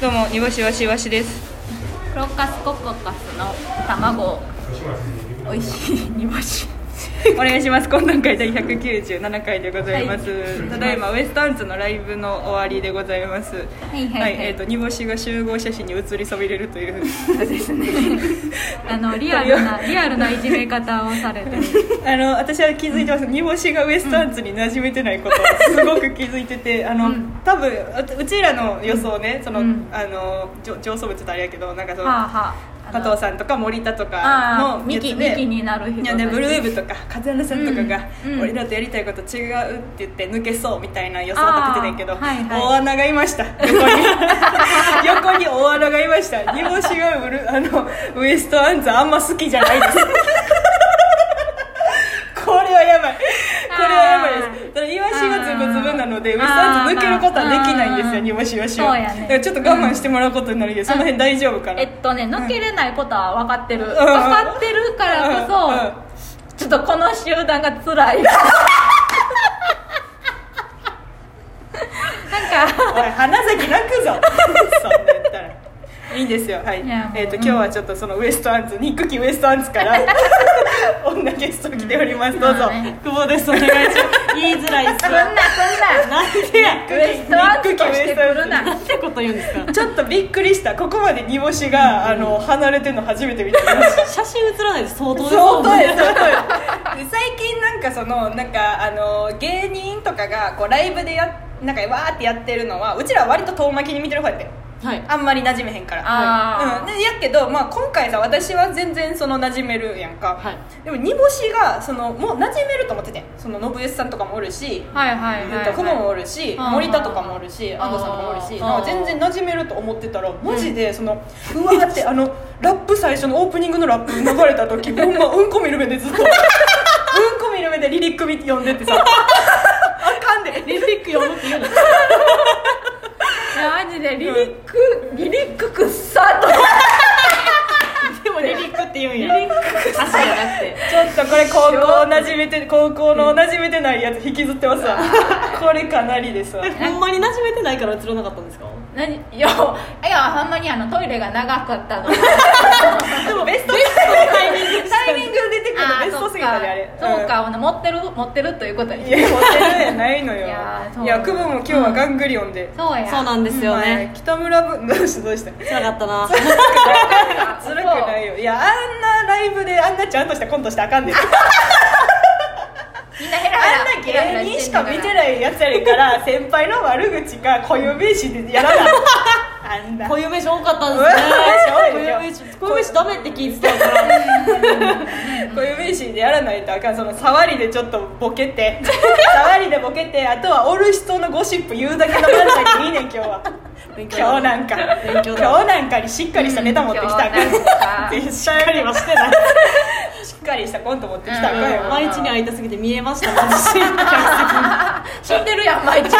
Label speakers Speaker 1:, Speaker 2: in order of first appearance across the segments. Speaker 1: どうも煮干しわしわしです
Speaker 2: ロッカスココカスの卵美味しい煮干し
Speaker 1: お願いします今段階で197回でございます、
Speaker 2: はい
Speaker 1: ただいまウエスタンツのライブの終わりでございますはい
Speaker 2: はいはい
Speaker 1: えーと煮干しが集合写真に写りそびれると いう
Speaker 2: そうですねあのリアルなリアルないじめ方をされてる
Speaker 1: あの私は気づいてます煮干しがウエスタンツに馴染めてないことをすごく気づいててあの、
Speaker 2: うん
Speaker 1: 多分あうちらの予想ねその、
Speaker 2: うん
Speaker 1: あのじょ上層部って言ったらあれやけどなんかその、
Speaker 2: はあはあ
Speaker 1: 加藤さんとか森田とか
Speaker 2: あ
Speaker 1: の
Speaker 2: のミキ
Speaker 1: やつで
Speaker 2: ミキになる人
Speaker 1: いやね、ブルーウェーブとか風穴さんとかが、
Speaker 2: うんうん
Speaker 1: 俺らとやりたいこと違うって言って抜けそうみたいな予想を立ててたんやけど、
Speaker 2: あーはいはい
Speaker 1: 大穴がいま した横に横に大穴がいました煮干しがブル あのウエストアンズあんま好きじゃないです これはやばいこれはやばいですだからイワシがズブズブなのでウエストアンズ抜けることはできないんです
Speaker 2: あ
Speaker 1: よ
Speaker 2: ー
Speaker 1: 煮干しわしは
Speaker 2: そうやね
Speaker 1: だからちょっと我慢してもらうことになるけど、その辺大丈夫かな、
Speaker 2: えっとね抜けれないことは分かってる、
Speaker 1: ん
Speaker 2: 分かってるからこそ、
Speaker 1: うんうん
Speaker 2: ちょっとこの集団が辛 いなんか
Speaker 1: おい花咲泣くぞそんなんやったらいいんですよはい
Speaker 2: いやもう
Speaker 1: えっ、と今日はちょっとそのウエストアンツ憎きウエストアンツから女ゲスト来ておりますどうぞ、
Speaker 2: まあね
Speaker 1: 久保ですお願いします言いづらいっす
Speaker 2: そん
Speaker 1: わ
Speaker 2: なそんな
Speaker 1: なんでや
Speaker 2: ウエストアンツとしてくるな
Speaker 3: なんてこと言うんですか
Speaker 1: ちょっとびっくりしたここまで煮干しが、あの離れてるの初めて見た
Speaker 3: 写真写らないです相当です
Speaker 1: 相当です相当です最近なんかそのなんかあの芸人とかがこうライブでやなんかわーってやってるのはうちらは割と遠巻きに見てる方やって
Speaker 3: はい
Speaker 1: あんまり馴染めへんから
Speaker 2: あー
Speaker 1: うん、でやけど、まあ、今回さ私は全然その馴染めるやんか、
Speaker 3: はい
Speaker 1: でも煮干しがそのもう馴染めると思っててんその信義さんとかもおるし
Speaker 2: はいはいはい、
Speaker 1: え
Speaker 2: は
Speaker 1: っ
Speaker 2: い、
Speaker 1: と、雲もおるし、
Speaker 2: うん
Speaker 1: 森田とかもおるし、
Speaker 2: ん
Speaker 1: 安藤さんとかもおるし、
Speaker 2: うん
Speaker 1: なんか全然馴染めると思ってたら、マジでそのうわーってあのラップ最初のオープニングのラップ流れた時、ほんまうんこ見る目でずっ とうんこ見る目でリリック見て読んでってさ、あかんで、
Speaker 3: リリック読むって言うの
Speaker 2: いやマジでリリック、リリックくっさと
Speaker 3: でもリリックって言うん
Speaker 2: リリ
Speaker 3: や
Speaker 2: ック
Speaker 3: 朝じゃなくて
Speaker 1: ちょっとこれ高校馴染めて高校の馴染めてないやつ引きずってますわこれかなりです わ
Speaker 3: ほんまに馴染めてないから映らなかったんですか
Speaker 2: 何いやいやほんまにあのトイレが長か ったの
Speaker 1: でもベストセンタータイミングタイミング出てくる
Speaker 2: あー
Speaker 1: ベストセンターであれ
Speaker 2: そうか、ほな持ってる持ってるということ
Speaker 1: うん
Speaker 2: に
Speaker 1: いやモテるやないのよ
Speaker 2: いやーそう
Speaker 1: いや久保も今日はガングリオンで、
Speaker 2: そうや
Speaker 3: そうなんですよ
Speaker 1: は
Speaker 3: ね
Speaker 1: い北村ぶどうしたどうした
Speaker 3: つらかったな
Speaker 1: 辛くないよいやあんなライブであんなちゃんとしたコントしたらあかんで
Speaker 2: みんなヘラヘ
Speaker 1: あん
Speaker 2: ラ
Speaker 1: な
Speaker 2: ヘラヘラ
Speaker 1: 芸人しか見て
Speaker 2: い
Speaker 1: ないやつやねんから先輩の悪口か固有名詞でやらないあんな
Speaker 3: 固有名詞多かったん
Speaker 1: うん
Speaker 3: ですね固有名詞固有名詞ダメって聞いてたから
Speaker 1: こういう名詞でやらないとあかんその触りでちょっとボケて触りでボケてあとはおる人のゴシップ言うだけの漫才でいいねん今日は今日なんか今
Speaker 3: 勉強
Speaker 1: 日
Speaker 3: だ
Speaker 1: なんかにしっかりしたネタ持ってきたらあかん
Speaker 2: うん今日なんか
Speaker 1: しっかりはしてないしっかりしたコント持ってきたらあかんよ
Speaker 2: うん
Speaker 3: 毎日に会いたすぎて見えました私客
Speaker 2: 知ってるやん毎日
Speaker 3: 席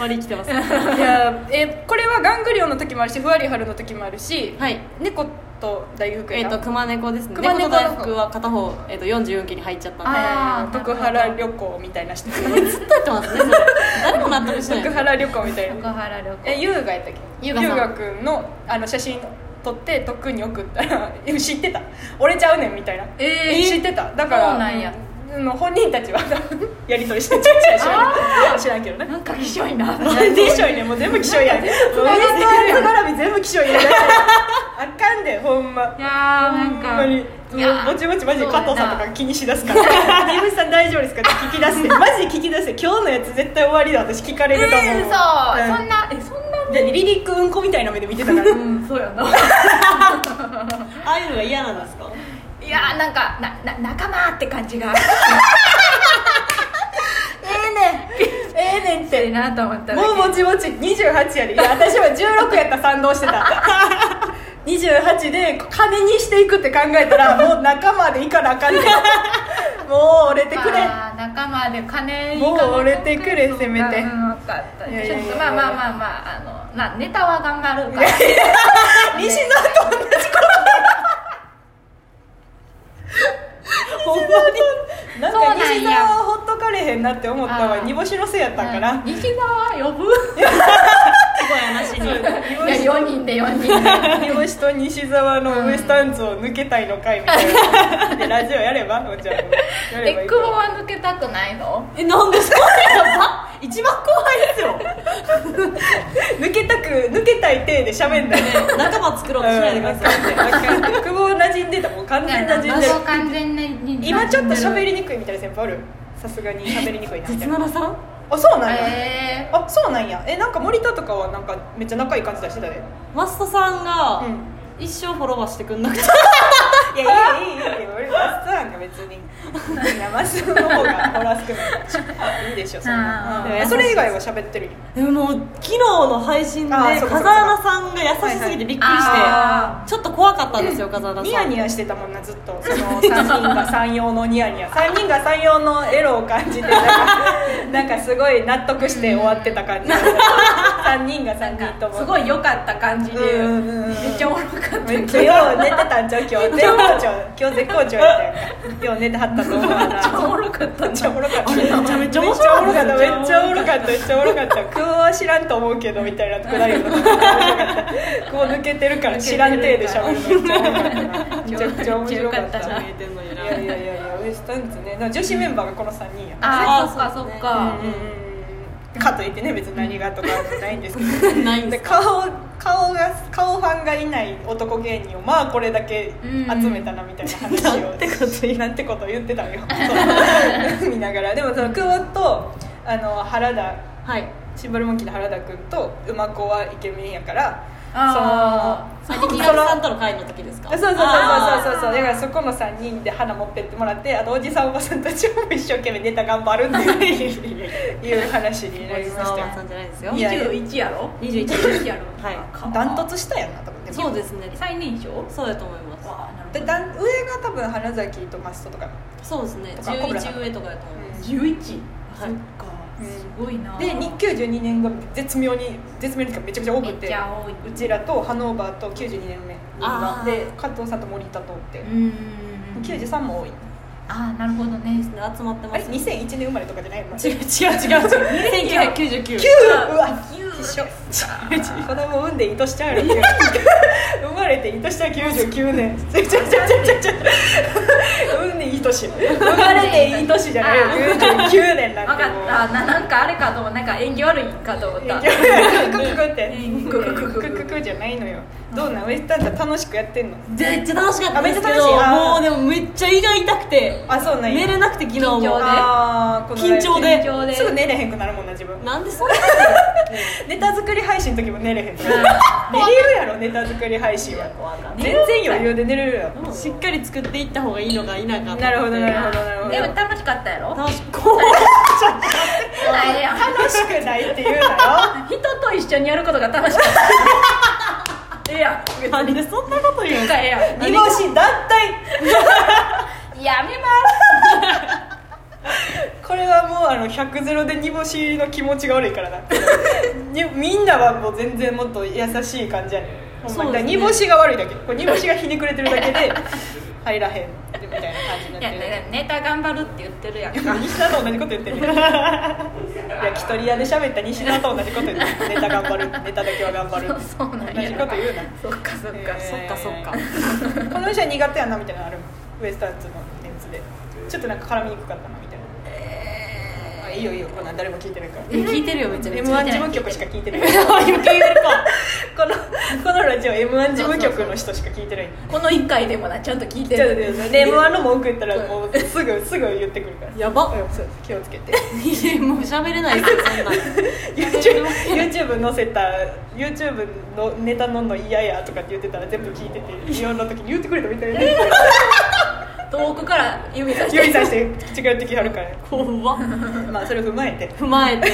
Speaker 3: 割り来てます
Speaker 1: いやえこれはガングリオンの時もあるしふわりはるの時もあるし、
Speaker 3: はい
Speaker 1: 猫と大福
Speaker 3: えっと熊猫ですね
Speaker 1: 熊
Speaker 3: 猫
Speaker 1: 猫
Speaker 3: と
Speaker 1: の方
Speaker 3: 大福は片方えっと44期に入っちゃったんで
Speaker 2: あー
Speaker 1: 徳原旅行みたいな人
Speaker 3: ずっとやってますねそれ誰も納得してない
Speaker 1: 徳原旅行みたいな
Speaker 2: 横原旅行
Speaker 1: え優雅やったっけ
Speaker 3: 優雅さん
Speaker 1: くんのあの写真撮ってとっくんに送った らえ知ってた俺ちゃうねんみたいな
Speaker 2: えー
Speaker 1: 知ってただから
Speaker 2: そうなんや
Speaker 1: うんあの本人たちは やり取りしてちゃう知らん知らんけどね
Speaker 2: なんかきしょいな
Speaker 1: なん でしょいねんもう全部気 象やんウエストアーツ絡み全部気象やんあかんでほんま
Speaker 2: いやーな
Speaker 1: ほ
Speaker 2: ん
Speaker 1: ん
Speaker 2: か
Speaker 1: まに
Speaker 2: いや
Speaker 1: ぼちぼちマジで加藤さんと
Speaker 2: そうや
Speaker 1: か
Speaker 2: な
Speaker 1: 気にしだすから 「井口さん大丈夫ですか?」って聞き出してマジで聞き出して今日のやつ絶対終わりだ私聞かれると思う、
Speaker 2: えー、そう、そんなえそんな
Speaker 1: でリリックうんこみたいな目で見てたから
Speaker 2: うんそうや な
Speaker 3: ああいうのが嫌なんですか
Speaker 2: いやーなんかなな仲間って感 じがええねん ええねんってなと思っただけ
Speaker 1: もうぼちぼち28やでいや私は16やったら賛同してた 28で金にしていくって考えたらもう仲間でいかなあかんねんもう折れてくれ
Speaker 2: まあ仲間で金
Speaker 1: もう折れてくれせめて
Speaker 2: うん分かった
Speaker 1: いやい
Speaker 2: ち
Speaker 1: や
Speaker 2: ょ
Speaker 1: いや
Speaker 2: っとまあまあまあまああのなネタは頑張るから
Speaker 1: 西野と同じことほんまになんか西野はほっとかれへんなって思った
Speaker 2: あ
Speaker 1: わ
Speaker 2: ー
Speaker 1: 煮干しのせいやったんかな
Speaker 2: 西側呼ぶ
Speaker 3: すごい話に
Speaker 2: いや4人で4人
Speaker 1: 三
Speaker 2: で
Speaker 1: 好と西澤のウエスタンズを抜けたいのかいみたい なでラジオやればもちろんやればい
Speaker 2: え
Speaker 1: いと
Speaker 2: 久保
Speaker 1: 思う
Speaker 2: は抜けたくないの
Speaker 3: えなんですか一番後輩ですよ
Speaker 1: 抜けたく抜けたい体で喋んだね
Speaker 3: 仲間作ろうとしないでください
Speaker 1: 久保馴染んでたもう完全馴染んでる
Speaker 2: 謎完全に
Speaker 1: 今ちょっと喋りにくいみたいな先輩あるさすがに喋りにく いなみた
Speaker 3: 絶
Speaker 1: いな
Speaker 3: なさん
Speaker 1: あそうなんや、
Speaker 2: え
Speaker 1: あそうなんやえなんか森田とかはなんかめっちゃ仲いい感じ出してたで
Speaker 3: マストさん
Speaker 1: う
Speaker 3: が
Speaker 1: ん
Speaker 3: 一生フォロワーしてくんなくて
Speaker 1: いやいいいいいいいい俺マスターが別にいやマスターの方がホラー少ないいいでしょそん
Speaker 2: あ
Speaker 1: な
Speaker 2: ー
Speaker 1: うんえそれ以外は喋ってるよ
Speaker 3: でももう昨日の配信で
Speaker 1: あー
Speaker 3: 風
Speaker 1: そうかそうか
Speaker 3: 穴さんが優しすぎてびっくりして
Speaker 2: はいは
Speaker 3: ちょっと怖かったんですよ風穴さん
Speaker 1: ニヤニヤしてたもんなずっとその3人が三様のニヤニヤ3人が三様のエロを感じてなんか なんかすごい納得して終わってた感じ3人が3人とも
Speaker 2: すごい良かった感じで
Speaker 1: うんうんうん
Speaker 2: めっちゃおもろかった
Speaker 1: めっちゃよう寝てたんちゃう今日絶好調今日絶好調やったよよう寝てはったと思うわ な
Speaker 2: おもろかった
Speaker 1: めっちゃおもろかっため
Speaker 3: めちゃめちゃ
Speaker 1: っ
Speaker 3: 面
Speaker 1: ちゃおもろか
Speaker 3: 白か
Speaker 1: っ
Speaker 3: ったた
Speaker 1: めっちゃおもろかっためっちゃおもろかった久保は知らんと思うけどみたいなくだりの久保抜けてるから知らん体でしゃべるのめっちゃおもろかったなめちゃくちゃ面白かった
Speaker 2: めっちゃ
Speaker 1: な
Speaker 2: よ
Speaker 1: い
Speaker 3: 見えてんのにな
Speaker 1: やいやいやいやウエスタンズねでも女子メンバーがこの3人や
Speaker 2: ああそっ
Speaker 3: あ
Speaker 2: か
Speaker 3: ー
Speaker 2: そ
Speaker 3: そう
Speaker 2: っ
Speaker 3: ね
Speaker 2: か
Speaker 1: うんうんうんかといってね別に何がとかないんですけど
Speaker 3: ないんで
Speaker 1: です
Speaker 3: か
Speaker 1: 顔顔が顔ファンがいない男芸人をまあこれだけ集めたなみたいな話を、
Speaker 3: なんてこと言う
Speaker 1: なんてこと言ってたの よそう見ながらでもその久保とあの原田
Speaker 3: はい
Speaker 1: シンバルモンキーの原田君と馬子はイケメンやから
Speaker 2: あ
Speaker 1: そ
Speaker 3: さ
Speaker 1: の
Speaker 3: っき
Speaker 1: その
Speaker 3: さんとの会の時ですか
Speaker 1: そうそうそうそう
Speaker 3: あ
Speaker 1: そうそうだからそこの3人で花持ってってもらってあとおじさんおばさんたちも一生懸命ネタ頑張るって いういう話にな
Speaker 3: ーお
Speaker 1: り
Speaker 3: じ
Speaker 1: まし
Speaker 3: さんお
Speaker 1: たよ
Speaker 3: ばさんじゃないですよ
Speaker 1: いやいや
Speaker 2: 21やろ
Speaker 3: 21
Speaker 2: 21やろ
Speaker 3: はい
Speaker 1: ダントツしたやんなと思って
Speaker 3: そうですね
Speaker 2: 最年少
Speaker 3: そうだと思います
Speaker 2: わあなるほ
Speaker 1: で
Speaker 2: ど
Speaker 1: だん上が多分花崎とマストとか、
Speaker 3: そうですね
Speaker 1: とかコブラ
Speaker 3: 11上とかだと思います
Speaker 2: 11そっ
Speaker 3: はい
Speaker 2: か
Speaker 1: うん
Speaker 2: すごいな
Speaker 1: でに92年が絶妙に絶妙にってかめちゃくちゃ多
Speaker 2: め
Speaker 1: く
Speaker 2: ってちゃ多いう
Speaker 1: ちらとハノーバーと92年目
Speaker 3: あー
Speaker 1: で加藤さんと森田とって
Speaker 2: う、ん
Speaker 1: 93も多い
Speaker 2: ああなるほどね
Speaker 3: で集まって
Speaker 1: あ
Speaker 3: ま
Speaker 1: れ
Speaker 3: す
Speaker 1: 2001年生まれとかじゃないの
Speaker 3: 違う違う違う違う1999
Speaker 1: 9うわ
Speaker 2: 9
Speaker 1: きしょ 子供産んでいとしちゃうよね 生まれていとした99年 ちょちょちょちょちょ産んでいとし生まれていとしじゃないよ99年なん
Speaker 2: 分かってた
Speaker 1: もう
Speaker 2: ななんかあれかと思うなんか演技悪いんかと思っ
Speaker 1: ク
Speaker 2: た
Speaker 1: ククって
Speaker 2: ク
Speaker 1: クク
Speaker 2: ククク
Speaker 1: クククじゃないのよどうなんウエスタンダ楽しくやってんの
Speaker 3: めっちゃ楽しかったんですけ
Speaker 1: あめっちゃ楽しい
Speaker 3: ど
Speaker 1: あー
Speaker 3: もうでもめっちゃ胃が痛くて
Speaker 1: あそうなんや
Speaker 3: 寝れなくて昨日も
Speaker 2: 緊張で
Speaker 1: あーこのライブ
Speaker 3: 緊張で
Speaker 2: 緊張です
Speaker 1: ぐ寝れへんくなるもんな自分
Speaker 3: なんでそ んな
Speaker 1: ネタ作り配信の時も寝れへん寝れるやろネタ作り配信は 全然余裕で寝れるやろ
Speaker 3: しっかり作っていった方がいいのか否かと思って
Speaker 1: なるほどなるほどなるほど
Speaker 2: でも楽しかったやろ
Speaker 3: 楽しくこ
Speaker 2: あいや
Speaker 1: 楽しくないって言うなよ
Speaker 2: 人と一緒にやることが楽しかったええや
Speaker 3: うなんでそんなこと言う
Speaker 2: 今
Speaker 3: の
Speaker 2: 回ええ
Speaker 1: 煮干し団体
Speaker 2: やんやめま
Speaker 1: これはもうあの100ゼロで煮干しの気持ちが悪いから なにみんなはもう全然もっと優しい感じやねんほんまに
Speaker 3: そうですね
Speaker 1: 煮干しが悪いだけこれ煮干しがひねくれてるだけ で入らへんみたいな感じになっ
Speaker 2: すい
Speaker 1: て
Speaker 2: や
Speaker 1: る
Speaker 2: ネタ頑張るって言ってるやん
Speaker 1: 西田と同じこと言ってる よ焼き鳥屋で喋った西田と同じこと言ってるネタ頑張るネタだけは頑張る
Speaker 2: そうそうなんや
Speaker 1: 同じこと言うな
Speaker 2: そっかそっか、
Speaker 1: え
Speaker 3: そっかそっか
Speaker 1: この人は苦手やなみたいなのあるウエスタンズのメンツでちょっとなんか絡みにくかったなみたいなあいいよいいよこんなん誰も聞いてないから
Speaker 3: え聞いてるよめちゃめ
Speaker 1: m
Speaker 3: ちゃ
Speaker 1: 1事務局しか聞いてない聞いてるか このこのラジオ m 1事務局の人しか聞いてない
Speaker 2: この1回でもなちゃんと聞いて
Speaker 1: じゃあ
Speaker 2: る
Speaker 1: で m 1の文句言ったらもうすぐすぐ言ってくるから
Speaker 3: やば
Speaker 1: うんそう気をつけて
Speaker 3: いやもう喋れないですよそんな
Speaker 1: YouTube, YouTube 載せた YouTube のネタのんの嫌やとかって言ってたら全部聞いてていろんな時に言ってくれたみたいな
Speaker 2: 遠くから指さして
Speaker 1: 指さして口から言ってきはるから
Speaker 3: 怖っ
Speaker 1: まあそれ踏まえて
Speaker 3: 踏まえて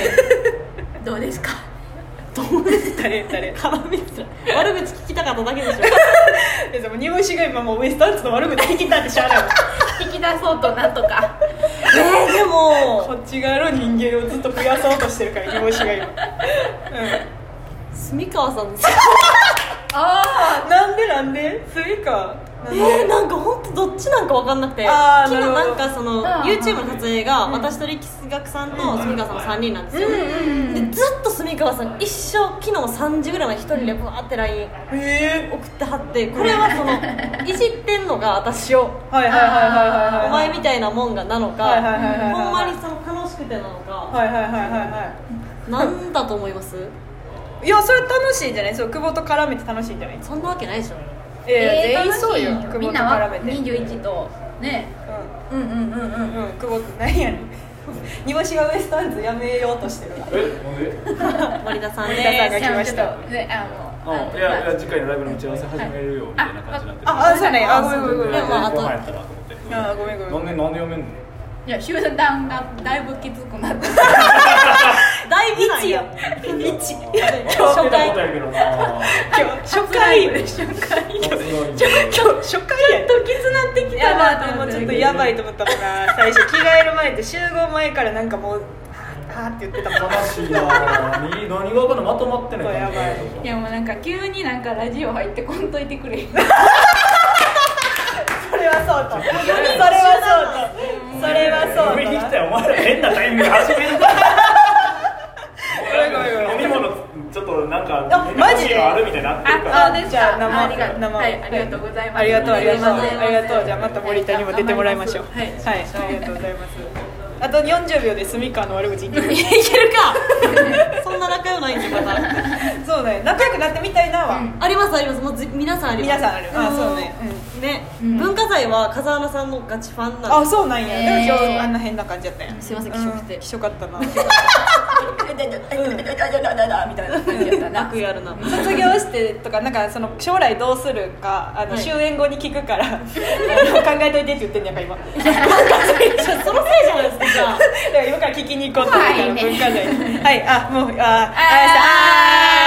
Speaker 2: どうですか
Speaker 3: どうです
Speaker 1: 誰誰
Speaker 3: か絡みづらい悪口聞きたかっただ けでしょ
Speaker 1: えでも煮干しが今もうウエスタンツの悪口できたってしゃあないもん
Speaker 2: 引き出そうとなんとか
Speaker 3: えーでも
Speaker 1: こっち側の人間をずっと増やそうとしてるから煮干しが今、うん、
Speaker 3: 住川さんです
Speaker 2: あ
Speaker 1: なんでなんでスイカ
Speaker 3: えー、なんか本当どっちなんか分かんなくて
Speaker 1: あー
Speaker 3: 昨日
Speaker 1: なる
Speaker 3: な
Speaker 1: ほど
Speaker 3: んかその
Speaker 2: あー
Speaker 3: YouTube の撮影が
Speaker 1: うん
Speaker 3: 私と力学さんと住川さんの3人なんですよ、
Speaker 1: うんうん
Speaker 3: でずっと住川さん一生昨日3時ぐらいまで1人でバーって LINE
Speaker 1: え
Speaker 3: 送ってはってこれはそのいじってんのが私を
Speaker 1: ー、はいはいはいはいはい
Speaker 3: お前みたいなもんがなのか
Speaker 1: はいはいはいはいはい
Speaker 3: ほんまにその楽しくてなのか
Speaker 1: はいはいはいはいは
Speaker 3: なんだと思います
Speaker 1: いいやそれ楽しいんじゃないそう久保と絡めて楽しいんじゃない
Speaker 3: そんなわけないでしょ
Speaker 1: いやいや全員
Speaker 2: 楽しい
Speaker 1: そうよ久保
Speaker 2: みん
Speaker 1: と
Speaker 2: なは
Speaker 1: 絡めて
Speaker 2: 21とねうんうんうんうん
Speaker 1: うんうん久保君何や ねん煮干しがウエストランズやめようとしてるわ
Speaker 4: えなんで
Speaker 3: 森田さん
Speaker 1: 森田さん
Speaker 3: で
Speaker 1: が来ました
Speaker 2: ちょっとねあの
Speaker 4: あいやいや次回のライブの打ち合わせ始めるよみたいな感じになってる
Speaker 1: ああそうねあごめんごめんご
Speaker 4: 全
Speaker 1: めん
Speaker 4: 然
Speaker 3: でもあと
Speaker 4: 後半やったなと思って
Speaker 1: あごめんごめん
Speaker 4: なんでなんで読めんの
Speaker 2: いや集団がだいぶきつくなって
Speaker 3: だいぶなんや
Speaker 1: 一
Speaker 3: 初回
Speaker 4: 答えけどな
Speaker 1: 今日初回
Speaker 2: 初回
Speaker 1: 今日初回や
Speaker 2: ドキつなってき
Speaker 1: や
Speaker 2: た
Speaker 1: ば
Speaker 2: ないと
Speaker 1: で
Speaker 2: 思
Speaker 1: も
Speaker 2: っ
Speaker 1: ち
Speaker 2: て
Speaker 1: ょっとやばいと思ったもんな最初着替える前って集合前からなんかもうあーって言ってたもんな
Speaker 4: 悲しいな何何が分かんないまとまってない感じ
Speaker 1: やばい
Speaker 2: いやもうなんか急になんかラジオ入ってこんといてくれ
Speaker 1: それはそうとそれはそうとそれはそう
Speaker 4: 飲みに
Speaker 1: と
Speaker 4: 来
Speaker 1: な
Speaker 4: たよお前ら変なタイミングで始めるな飲み物ちょっとなんか
Speaker 1: あマジで
Speaker 4: 飲み物あるみたいになってるから
Speaker 1: あそうですかじゃあ生
Speaker 2: ありがとう
Speaker 1: 生
Speaker 2: はいありがとうございます
Speaker 1: ありがとうありがとう
Speaker 2: ありがとうございま
Speaker 1: あ
Speaker 2: す
Speaker 1: りがとうじゃあまた森田にも出てもらいましょう
Speaker 2: はい
Speaker 1: ありがとうございますあと40秒で住川の悪口言ってみる
Speaker 3: いけるかそんな仲良くないんでまた
Speaker 1: そうだね仲良くなってみたいなは、
Speaker 2: うん
Speaker 3: ありますありますもうぜ皆さんあります
Speaker 1: 皆さんあるあそうね、
Speaker 3: うんね、
Speaker 2: うん
Speaker 3: 文化財は風穴さんのガチファン
Speaker 1: うん、
Speaker 3: なん
Speaker 1: あそうなんや、でも今
Speaker 2: え
Speaker 1: 日
Speaker 2: ー
Speaker 1: あんな変な感じやったやん
Speaker 2: すいません気色くて
Speaker 1: うん気色かっ たな
Speaker 2: みたいな感じやった
Speaker 3: で
Speaker 2: な
Speaker 3: 悪意あるな
Speaker 1: 卒業してとかなんかその将来どうするかあの、
Speaker 3: はい
Speaker 1: 終演後に聞くからあの考えといてって言ってんねやんか今 だか
Speaker 3: そのせいじゃないですかじゃあ
Speaker 1: ら今から聞きに行こうって言ってたの
Speaker 2: 怖いね
Speaker 1: 文化財にはいあもうあああああああああ